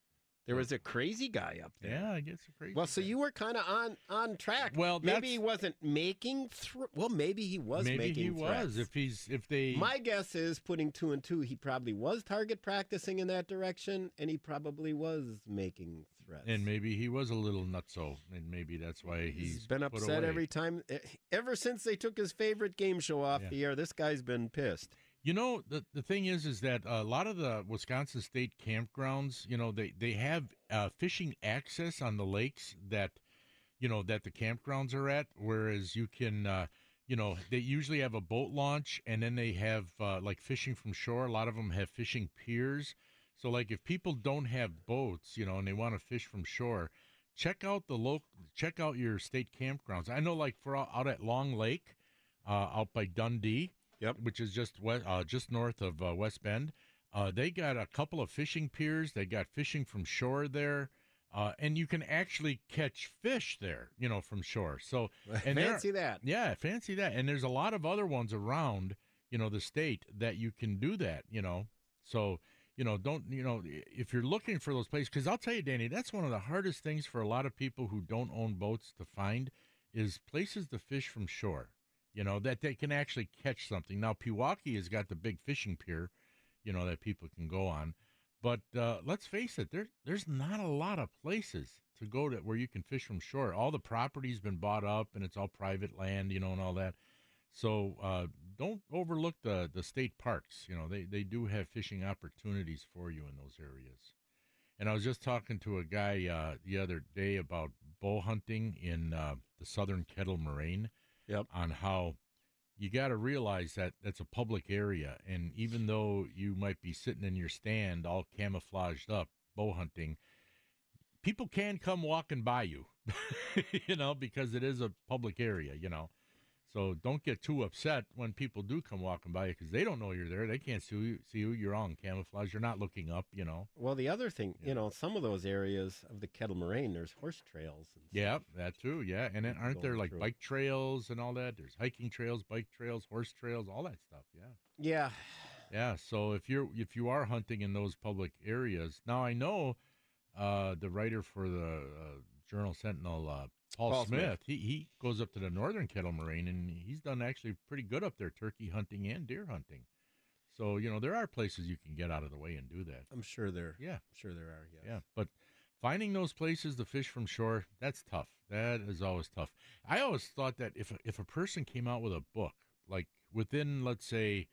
S4: There was a crazy guy up there.
S3: yeah, I guess a crazy.
S4: Well, so you were kind of on on track.
S3: Well,
S4: maybe
S3: that's-
S4: he wasn't making. Thr- well, maybe he was
S3: maybe
S4: making.
S3: he was.
S4: threats.
S3: If he's if they
S4: My guess is putting two and two, he probably was target practicing in that direction, and he probably was making threats.
S3: and maybe he was a little nutso, and maybe that's why he's,
S4: he's been
S3: put
S4: upset
S3: away.
S4: every time, eh, ever since they took his favorite game show off
S3: Yeah.
S4: the air. This guy's been pissed.
S3: You know, the the thing is, is that a lot of the Wisconsin state campgrounds, you know, they they have uh, fishing access on the lakes that, you know, that the campgrounds are at. Whereas you can, uh, you know, they usually have a boat launch, and then they have uh, like fishing from shore. A lot of them have fishing piers. So, like, if people don't have boats, you know, and they want to fish from shore, check out the local, check out your state campgrounds. I know, like, for out out at Long Lake, uh, out by Dundee,
S4: Yep.
S3: which is just west, uh, just north of uh, West Bend. Uh, they got a couple of fishing piers. They got fishing from shore there, uh, and you can actually catch fish there, you know, from shore. So and there-
S4: Fancy that.
S3: yeah, fancy that. And there's a lot of other ones around, you know, the state that you can do that, you know. So, you know, don't, you know, if you're looking for those places, because I'll tell you, Danny, that's one of the hardest things for a lot of people who don't own boats to find is places to fish from shore, you know, that they can actually catch something. Now, Pewaukee has got the big fishing pier, you know, that people can go on. But uh, let's face it, there there's not a lot of places to go to where you can fish from shore. All the property's been bought up, and it's all private land, you know, and all that. So uh, don't overlook the the state parks. You know, they they do have fishing opportunities for you in those areas. And I was just talking to a guy uh, the other day about bow hunting in uh, the Southern Kettle Moraine.
S4: Yep.
S3: On how you got to realize that that's a public area, and even though you might be sitting in your stand all camouflaged up bow hunting, people can come walking by you, you know, because it is a public area, you know. So don't get too upset when people do come walking by you because they don't know you're there. They can't see you. See you. You're all in camouflage. You're not looking up, you know.
S4: Well, the other thing,
S3: Yeah.
S4: you know, some of those areas of the Kettle Moraine, there's horse trails. And
S3: Yeah, that too. Yeah, and then
S4: People
S3: aren't there
S4: going
S3: like
S4: through.
S3: bike trails and all that? There's hiking trails, bike trails, horse trails, all that stuff. Yeah,
S4: Yeah.
S3: yeah. So if you're if you are hunting in those public areas, now I know uh, the writer for the uh, Journal Sentinel, uh, Paul,
S4: Paul
S3: Smith,
S4: Smith.
S3: He he goes up to the northern Kettle Moraine, and he's done actually pretty good up there, turkey hunting and deer hunting. So you know there are places you can get out of the way and do that.
S4: I'm sure there.
S3: Yeah.
S4: I'm sure there are. Yes.
S3: Yeah, but finding those places to fish from shore, that's tough. That is always tough. I always thought that if if a person came out with a book, like within let's say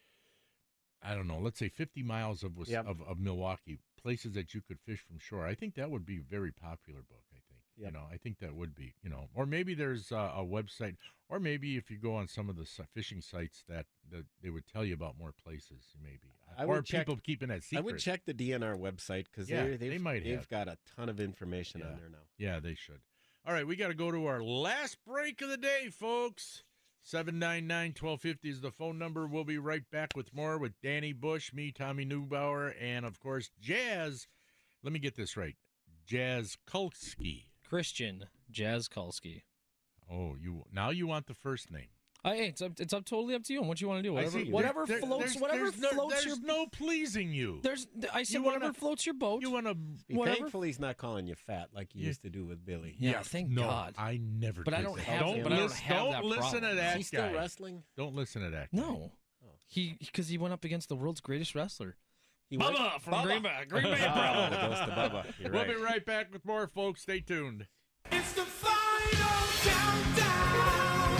S3: I don't know, let's say 50 miles of Wis-
S4: Yep.
S3: of, of Milwaukee, places that you could fish from shore. I think that would be a very popular book, I think. You
S4: Yep.
S3: know, I think that would be, you know, or maybe there's uh, a website or maybe if you go on some of the si- fishing sites that, that they would tell you about more places maybe.
S4: I
S3: or
S4: would check-
S3: people keeping that secret.
S4: I would check the DNR website because
S3: Yeah,
S4: they've,
S3: they might
S4: they've
S3: have.
S4: got a ton of information on there now.
S3: Yeah, they should. All right, we got to go to our last break of the day, folks. 799 1250 is the phone number. We'll be right back with more with Danny Bush, me, Tommy Neubauer, and of course, Jazz. Let me get this right Jazz Kulski.
S8: Christian Jazz Kulski.
S3: Oh, you now you want the first name.
S8: I, Uh, hey, it's up, it's up totally up to you on what you want to do.
S3: I
S8: Whatever,
S3: see.
S8: whatever
S3: There- there-
S8: floats,
S3: there's-
S8: whatever
S3: there's no-
S8: floats your
S3: there's no pleasing you.
S8: There's, I said,
S3: You wanna-
S8: whatever floats your boat.
S3: You want to?
S4: Be
S8: Whatever-
S4: Thankfully, he's not calling you fat like he
S3: Yeah.
S4: used to do with Billy.
S8: Yeah, thank
S3: no,
S8: God.
S3: I never.
S8: But I
S3: did
S8: don't
S3: that.
S8: have
S3: Don't
S8: that- but I don't
S3: listen-
S8: have
S3: don't
S8: that
S3: listen
S8: problem.
S3: to
S8: Is
S3: that
S4: he still
S3: guy.
S4: wrestling?
S3: Don't listen to that. guy.
S8: No, Oh. he because he went up against the world's greatest wrestler,
S4: He
S8: Bubba
S4: went-
S8: from
S4: Bubba.
S8: Green Bay. Green Bay,
S4: Ah,
S8: brother.
S4: it goes to Bubba. You're
S3: we'll
S4: right.
S3: be right back with more, folks. Stay tuned.
S5: It's the final countdown.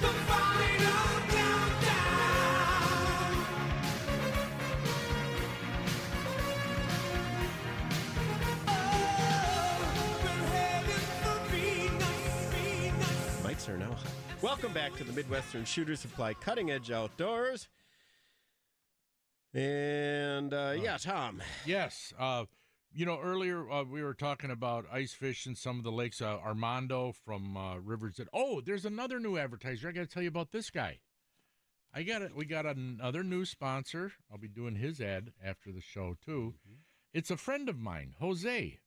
S5: The final countdown. Oh, we're headed for Venus, Venus.
S4: Mics are now hot. Welcome back to the Midwestern Shooter Supply Cutting Edge Outdoors. And uh, yeah, Tom.
S3: Yes. Uh, you know, earlier uh, we were talking about ice fish in some of the lakes. Uh, Armando from uh, Rivers said, "Oh, there's another new advertiser. I got to tell you about this guy. I got it. We got another new sponsor. I'll be doing his ad after the show too. It's a friend of mine, Jose,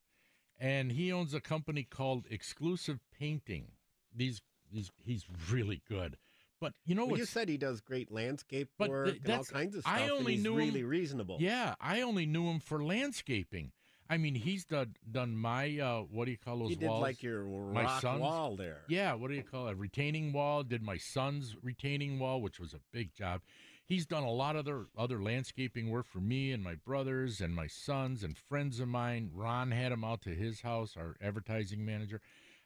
S3: and he owns a company called Exclusive Painting. These, these he's really good. But you know
S4: Well,
S3: what?
S4: you said he does great landscape
S3: Oh, But
S4: work
S3: th-
S4: and all
S3: that's-
S4: kinds of stuff.
S3: I
S4: and
S3: only
S4: he's
S3: knew him-
S4: really reasonable.
S3: Yeah, I only knew him for landscaping. I mean, he's done done my uh, what do you call those
S4: He did
S3: walls?
S4: like your
S3: my
S4: rock
S3: son's-
S4: wall there.
S3: Yeah, what do you call it? Retaining wall. Did my son's retaining wall, which was a big job. He's done a lot of other other landscaping work for me and my brothers and my sons and friends of mine. Ron had him out to his house, our advertising manager.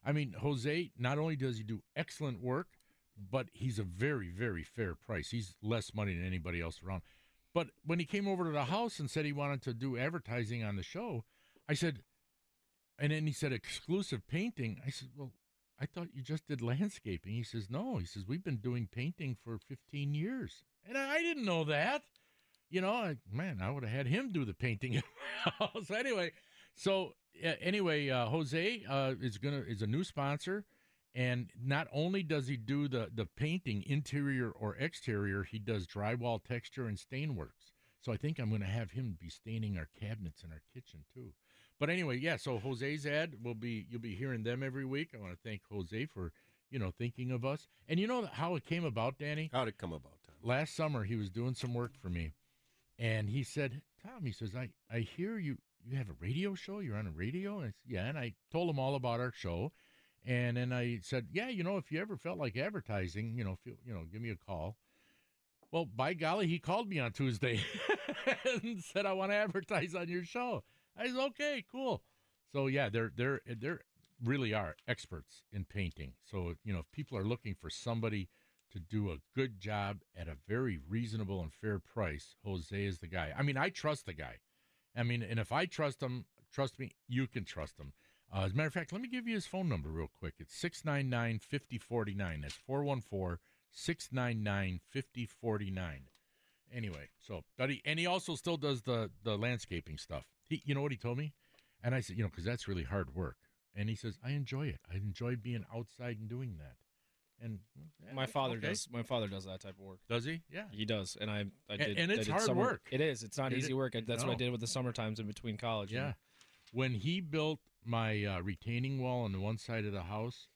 S3: I mean, Jose, not only does he do excellent work, but he's a very, very fair price. He's less money than anybody else around. But when he came over to the house and said he wanted to do advertising on the show, I said, and then he said exclusive painting. I said, well, I thought you just did landscaping. He says, no. He says, we've been doing painting for 15 years. And I I didn't know that. You know, I, man, I would have had him do the painting. so anyway, so uh, anyway, uh, Jose uh, is gonna is a new sponsor, and not only does he do the the painting, interior or exterior, he does drywall texture and stain works. So I think I'm gonna have him be staining our cabinets in our kitchen too. But anyway, yeah. So Jose's ad will be you'll be hearing them every week. I want to thank Jose for you know thinking of us, and you know how it came about, Danny
S4: How'd it come about, Tom?
S3: last summer he was doing some work for me and he said tom he says i i hear you you have a radio show you're on a radio and I said, yeah and i told him all about our show and then i said yeah you know if you ever felt like advertising you know feel, you know give me a call well by golly he called me on tuesday and said i want to advertise on your show i said okay cool so yeah they're they're they're really are experts in painting so you know if people are looking for somebody to do a good job at a very reasonable and fair price, Jose is the guy. I mean, I trust the guy. I mean, and if I trust him, trust me, you can trust him. Uh, as a matter of fact, let me give you his phone number real quick. It's 699 5049. That's 414 699 5049. Anyway, so, but he, and he also still does the, the landscaping stuff. He, you know what he told me? And I said, you know, because that's really hard work. And he says, I enjoy it. I enjoy being outside and doing that. And yeah,
S8: My father
S3: okay.
S8: does. My father does that type of work.
S3: Does he? Yeah.
S8: He does, and I, I
S3: A-
S8: did,
S3: and
S8: I
S3: it's
S8: did
S3: hard
S8: summer-
S3: work.
S8: It is. It's not
S3: It
S8: easy
S3: i-
S8: work. I, that's what I
S3: no.
S8: did with the summer times in between college. and-
S3: Yeah. When he built my uh, retaining wall on the one side of the house,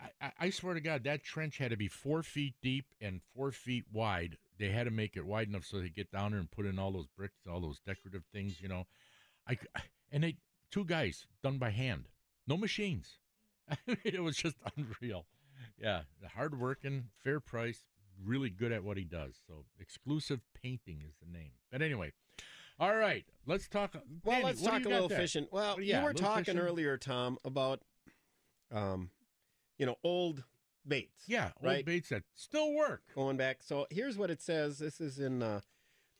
S3: I, I, I swear to God, that trench had to be four feet deep and four feet wide. They had to make it wide enough so they get down there and put in all those bricks, all those decorative things, you know. I c- and they two guys done by hand, no machines. it was just unreal. Yeah, hard working, fair price, really good at what he does. So exclusive painting is the name. But anyway, all right, let's talk.
S4: Well,
S3: Danny,
S4: let's
S3: what do
S4: talk
S3: you
S4: a
S3: got
S4: little
S3: there?
S4: fishing. Well,
S3: Yeah,
S4: you were
S3: little
S4: talking
S3: fishing.
S4: earlier, Tom, about um, you know, old baits.
S3: Yeah, old
S4: right?
S3: baits that still work.
S4: Going back. So here's what it says. This is in uh,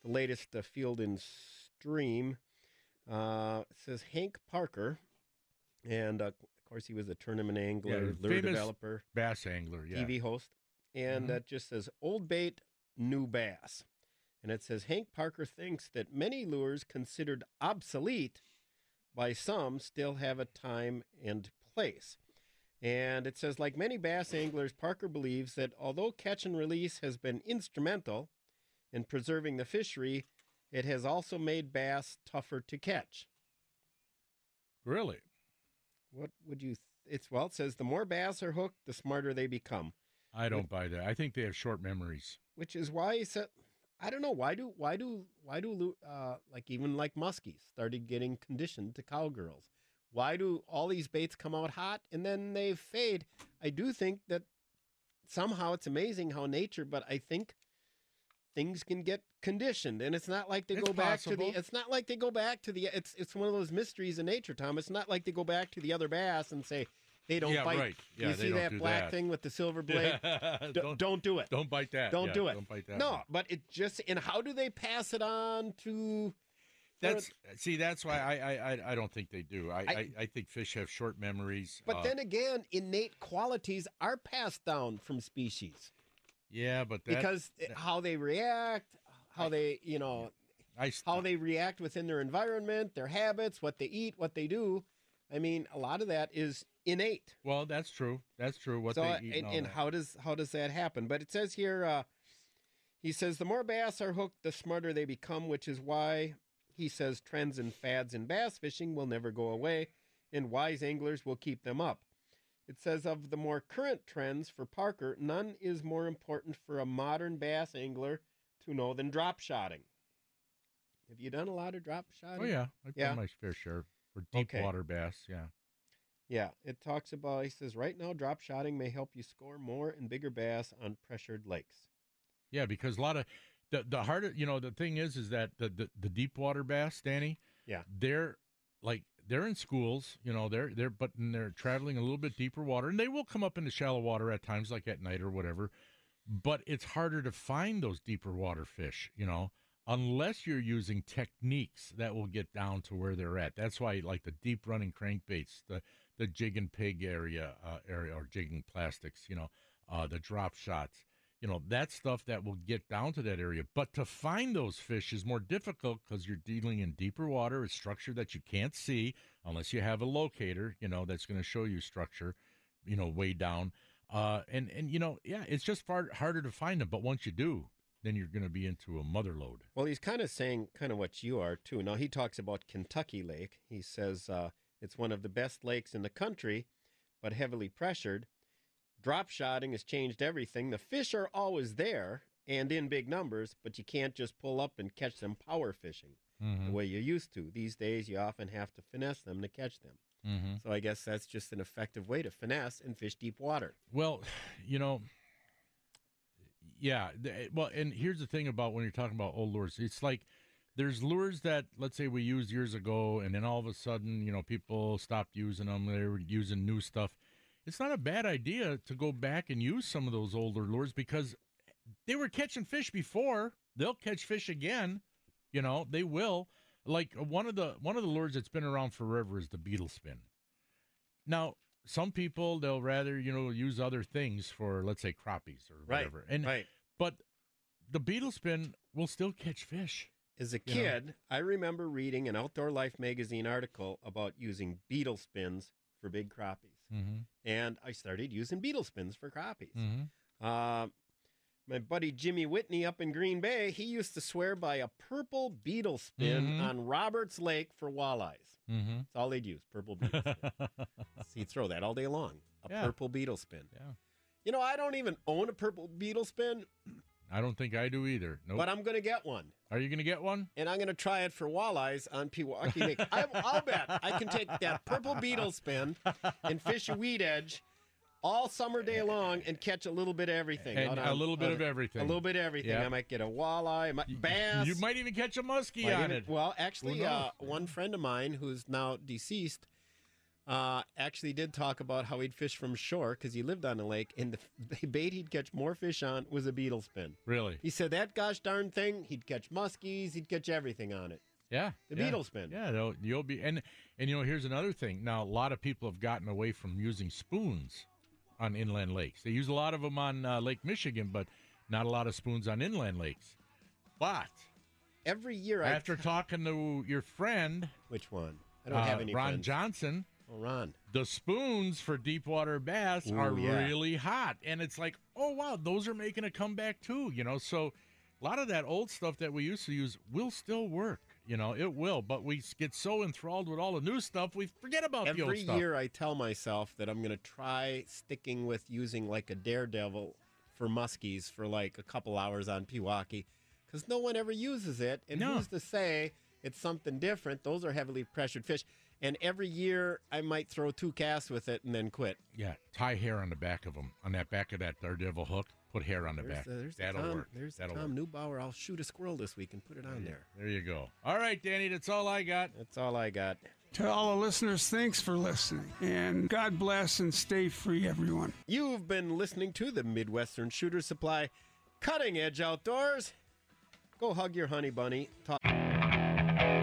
S4: the latest uh, Field and Stream. Uh, it says Hank Parker, and uh, of course he was a tournament angler,
S3: Yeah,
S4: lure
S3: famous
S4: developer,
S3: bass angler. Yeah,
S4: TV host, and
S3: Mhm.
S4: uh, it just says old bait, new bass. And it says Hank Parker thinks that many lures considered obsolete by some still have a time and place. And it says, like many bass anglers, Parker believes that although catch and release has been instrumental in preserving the fishery, it has also made bass tougher to catch.
S3: Really?
S4: What would you? Th- it's well. It says the more bass are hooked, the smarter they become.
S3: I don't buy that. I think they have short memories.
S4: Which is why he said, I don't know why do why do why do lu- uh, like even like muskies started getting conditioned to cowgirls. Why do all these baits come out hot and then they fade? I do think that somehow it's amazing how nature, but I think things can get conditioned, and it's not like they
S3: It's
S4: go back to
S3: possible.
S4: the. It's not like they go back to the. It's it's one of those mysteries in nature, Tom. It's not like they go back to the other bass and say they don't
S3: Yeah,
S4: bite.
S3: right. Yeah,
S4: you
S3: they
S4: see
S3: don't
S4: that
S3: do
S4: black
S3: that.
S4: thing with the silver blade?
S3: Yeah,
S4: D- don't, do it.
S3: Don't bite that.
S4: Don't
S3: Yeah,
S4: do it.
S3: Don't bite that.
S4: No,
S3: one.
S4: but it just and how do they pass it on to? for-
S3: That's uh, see. That's why I I, I, I don't think they do. I, I, I think fish have short memories.
S4: but
S3: uh,
S4: then again, innate qualities are passed down from species
S3: yeah, but that,
S4: because how they react, how they you know, how they react within their environment, their habits, what they eat, what they do. I mean, a lot of that is innate.
S3: well, that's true. That's true. What
S4: so,
S3: they
S4: uh,
S3: eat
S4: and,
S3: all
S4: and
S3: that.
S4: how does how does that happen? But it says here, uh, he says the more bass are hooked, the smarter they become, which is why he says trends and fads in bass fishing will never go away, and wise anglers will keep them up. It says of the more current trends for Parker, none is more important for a modern bass angler to know than drop shotting. Have you done a lot of drop shotting?
S3: Oh yeah, I've
S4: yeah.
S3: done my fair share for deep
S4: Okay.
S3: water bass. Yeah.
S4: Yeah, it talks about. He says right now, drop shotting may help you score more and bigger bass on pressured lakes.
S3: Yeah, because a lot of the the harder you know the thing is is that the the, the deep water bass, Danny.
S4: Yeah.
S3: they're like they're in schools, you know, they're they're but they're traveling a little bit deeper water, and they will come up into shallow water at times, like at night or whatever. But it's harder to find those deeper water fish, you know, unless you're using techniques that will get down to where they're at. That's why, like the deep running crankbaits, the the jig and pig area uh, area or jigging plastics, you know, uh, the drop shots, you know, that stuff that will get down to that area. But to find those fish is more difficult because you're dealing in deeper water, it's structure that you can't see unless you have a locator, you know, that's going to show you structure, you know, way down. Uh, and and you know, yeah, it's just far harder to find them. But once you do, then you're going to be into a mother load.
S4: Well, he's kind of saying kind of what you are too. Now he talks about Kentucky Lake. He says uh, it's one of the best lakes in the country, but heavily pressured. Drop shotting has changed everything. The fish are always there and in big numbers, but you can't just pull up and catch them power fishing the way you used to. These days, you often have to finesse them to catch them.
S3: Mm-hmm.
S4: So I guess that's just an effective way to finesse and fish deep water.
S3: Well, you know, yeah. th- Well, and here's the thing about when you're talking about old lures. It's like there's lures that let's say we used years ago, and then all of a sudden, you know, people stopped using them. They were using new stuff. It's not a bad idea to go back and use some of those older lures because they were catching fish before. They'll catch fish again. You know, they will. Like uh, one of the one of the lures that's been around forever is the beetle spin. Now, some people they'll rather you know use other things for let's say crappies or
S4: Right,
S3: whatever. And
S4: right.
S3: but the beetle spin will still catch fish.
S4: As a
S3: You know?
S4: kid, I remember reading an Outdoor Life magazine article about using beetle spins for big crappies.
S3: Mm-hmm.
S4: And I started using beetle spins for crappies.
S3: Mm-hmm.
S4: Uh, my buddy Jimmy Whitney up in Green Bay, he used to swear by a purple beetle spin
S3: Mhm.
S4: on Roberts Lake for walleyes.
S3: Mm-hmm.
S4: That's all they'd use, purple beetle spin. so you throw that all day long, a
S3: Yeah.
S4: purple beetle spin.
S3: Yeah.
S4: You know, I don't even own a purple beetle spin,
S3: I don't think I do either. Nope.
S4: but I'm going to get one.
S3: Are you gonna get one?
S4: and I'm going to try it for walleyes on Pewaukee Lake. I, I'll bet I can take that purple beetle spin and fish a weed edge all summer day long and catch a little bit of everything.
S3: And
S4: out
S3: a
S4: on-
S3: little bit
S4: out
S3: of everything.
S4: A little bit of everything.
S3: Yeah.
S4: I might get a walleye, I might, bass.
S3: You might even catch a muskie
S4: might
S3: on
S4: even-
S3: it.
S4: Well, actually,
S3: knows?
S4: uh, one friend of mine who's now deceased uh, actually did talk about how he'd fish from shore because he lived on the lake, and the bait he'd catch more fish on was a beetle spin.
S3: Really?
S4: He said that gosh darn thing, he'd catch muskies, he'd catch everything on it.
S3: Yeah.
S4: The
S3: yeah.
S4: beetle spin.
S3: Yeah, they'll- you'll be and and you know here's another thing. Now a lot of people have gotten away from using spoons on inland lakes. They use a lot of them on uh, Lake Michigan, but not a lot of spoons on inland lakes. But
S4: every year, I-
S3: after talking to your friend, uh,
S4: which one? I don't have any
S3: Ron
S4: friends.
S3: Johnson.
S4: Oh, Ron.
S3: The spoons for deepwater bass
S4: Ooh,
S3: are
S4: yeah.
S3: really hot, and it's like, oh wow, those are making a comeback too. You know, so a lot of that old stuff that we used to use will still work. You know, it will, but we get so enthralled with all the new stuff we forget about the old
S4: Every
S3: stuff.
S4: year, I tell myself that I'm going to try sticking with using like a daredevil for muskies for like a couple hours on Pewaukee because no one ever uses it. And
S3: No.
S4: who's to say it's something different? Those are heavily pressured fish. And every year, I might throw two casts with it and then quit.
S3: Yeah, tie hair on the back of them, on that back of that daredevil hook. Put hair on the
S4: There's
S3: back.
S4: the, there's the
S3: That'll
S4: Tom,
S3: work.
S4: There's the
S3: That'll
S4: Tom Neubauer. I'll shoot a squirrel this week and put it on there.
S3: There you go. All right, Danny, that's all I got.
S4: That's all I got.
S11: To all the listeners, thanks for listening. And God bless and stay free, everyone.
S4: You've been listening to the Midwestern Shooter Supply Cutting Edge Outdoors. Go hug your honey bunny. Talk-